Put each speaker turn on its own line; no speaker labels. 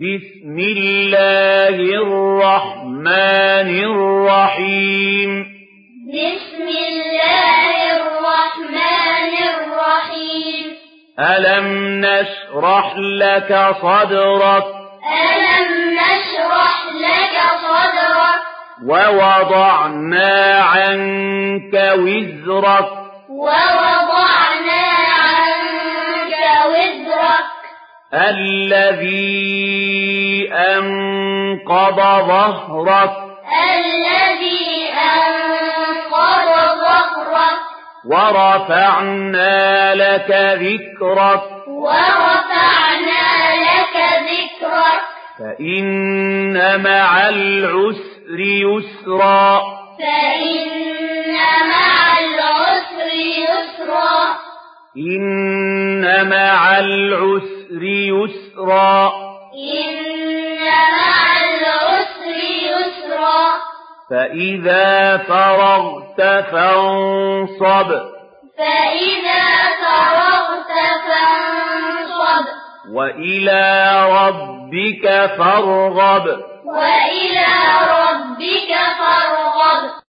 بسم الله الرحمن الرحيم
بسم الله الرحمن الرحيم
ألم نشرح لك صدرك
ألم نشرح لك صدرك
ووضعنا عنك وزرك
ووضعنا عنك وزرك
الذي أنقض ظهرك
الذي أنقض ظهرك
ورفعنا لك ذكرك
ورفعنا لك ذكرك
فإن مع العسر يسرا
فإن مع العسر يسرا
إن مع العسر يسرا
إن مع العسر يسرا
فإذا فرغت فانصب
فإذا فرغت فانصب
وإلى ربك فارغب
وإلى ربك فارغب